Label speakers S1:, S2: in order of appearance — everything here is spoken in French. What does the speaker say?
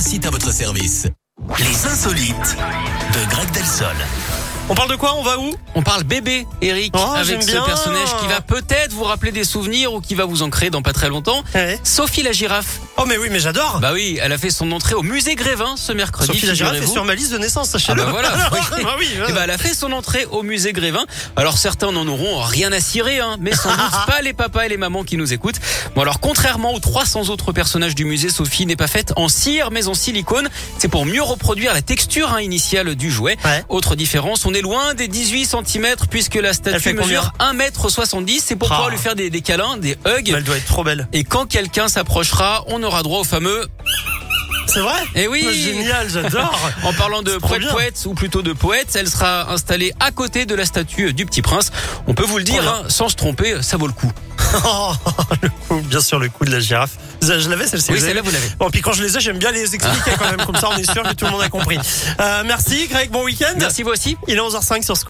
S1: site à votre service. Les insolites de Greg Delsol.
S2: On parle de quoi On va où
S3: On parle bébé, Eric,
S2: Oh, j'aime
S3: avec ce
S2: bien.
S3: personnage qui va peut-être vous rappeler des souvenirs ou qui va vous ancrer dans pas très longtemps. Sophie la girafe.
S2: Oh mais oui, mais j'adore.
S3: Bah oui, elle a fait son entrée au musée Grévin ce mercredi.
S2: Sophie la girafe est
S3: figurez-vous.
S2: sur ma liste de naissance,
S3: Ah
S2: sachez-le.
S3: bah voilà.
S2: Ah
S3: oui.
S2: bah oui,
S3: Eh ben, elle a fait son entrée au musée Grévin. Alors certains n'en auront rien à cirer, hein, mais sans doute pas les papas et les mamans qui nous écoutent. Bon alors contrairement aux 300 autres personnages du musée, Sophie n'est pas faite en cire mais en silicone. C'est pour mieux reproduire la texture hein, initiale du jouet.
S2: Ouais.
S3: Autre différence, on est loin des 18 cm puisque la
S2: Elle fait
S3: statue
S2: combien
S3: mesure 1m70. C'est pour pouvoir
S2: Ah.
S3: lui faire des, des câlins, des hugs.
S2: Elle doit être trop belle.
S3: Et quand quelqu'un s'approchera, on aura droit au fameux.
S2: C'est vrai
S3: Eh oui.
S2: Oh, Génial, j'adore.
S3: En parlant de
S2: C'est trop
S3: poète
S2: bien.
S3: poète ou plutôt de poète, elle sera installée à côté de la statue du Petit Prince. On peut vous le dire,
S2: Trop
S3: hein, sans se tromper, ça vaut le coup.
S2: Oh, le coup, bien sûr, le coup de la girafe. Ça, Je l'avais celle-ci.
S3: Oui,
S2: vous avez
S3: celle-là
S2: vu
S3: vous l'avez.
S2: Bon, puis quand je les ai, j'aime bien les expliquer quand même. Comme ça, on est sûr que tout le monde a compris. Euh, merci, Greg. Bon week-end.
S3: Merci vous aussi.
S2: Il est 11h05 sur Squeeze.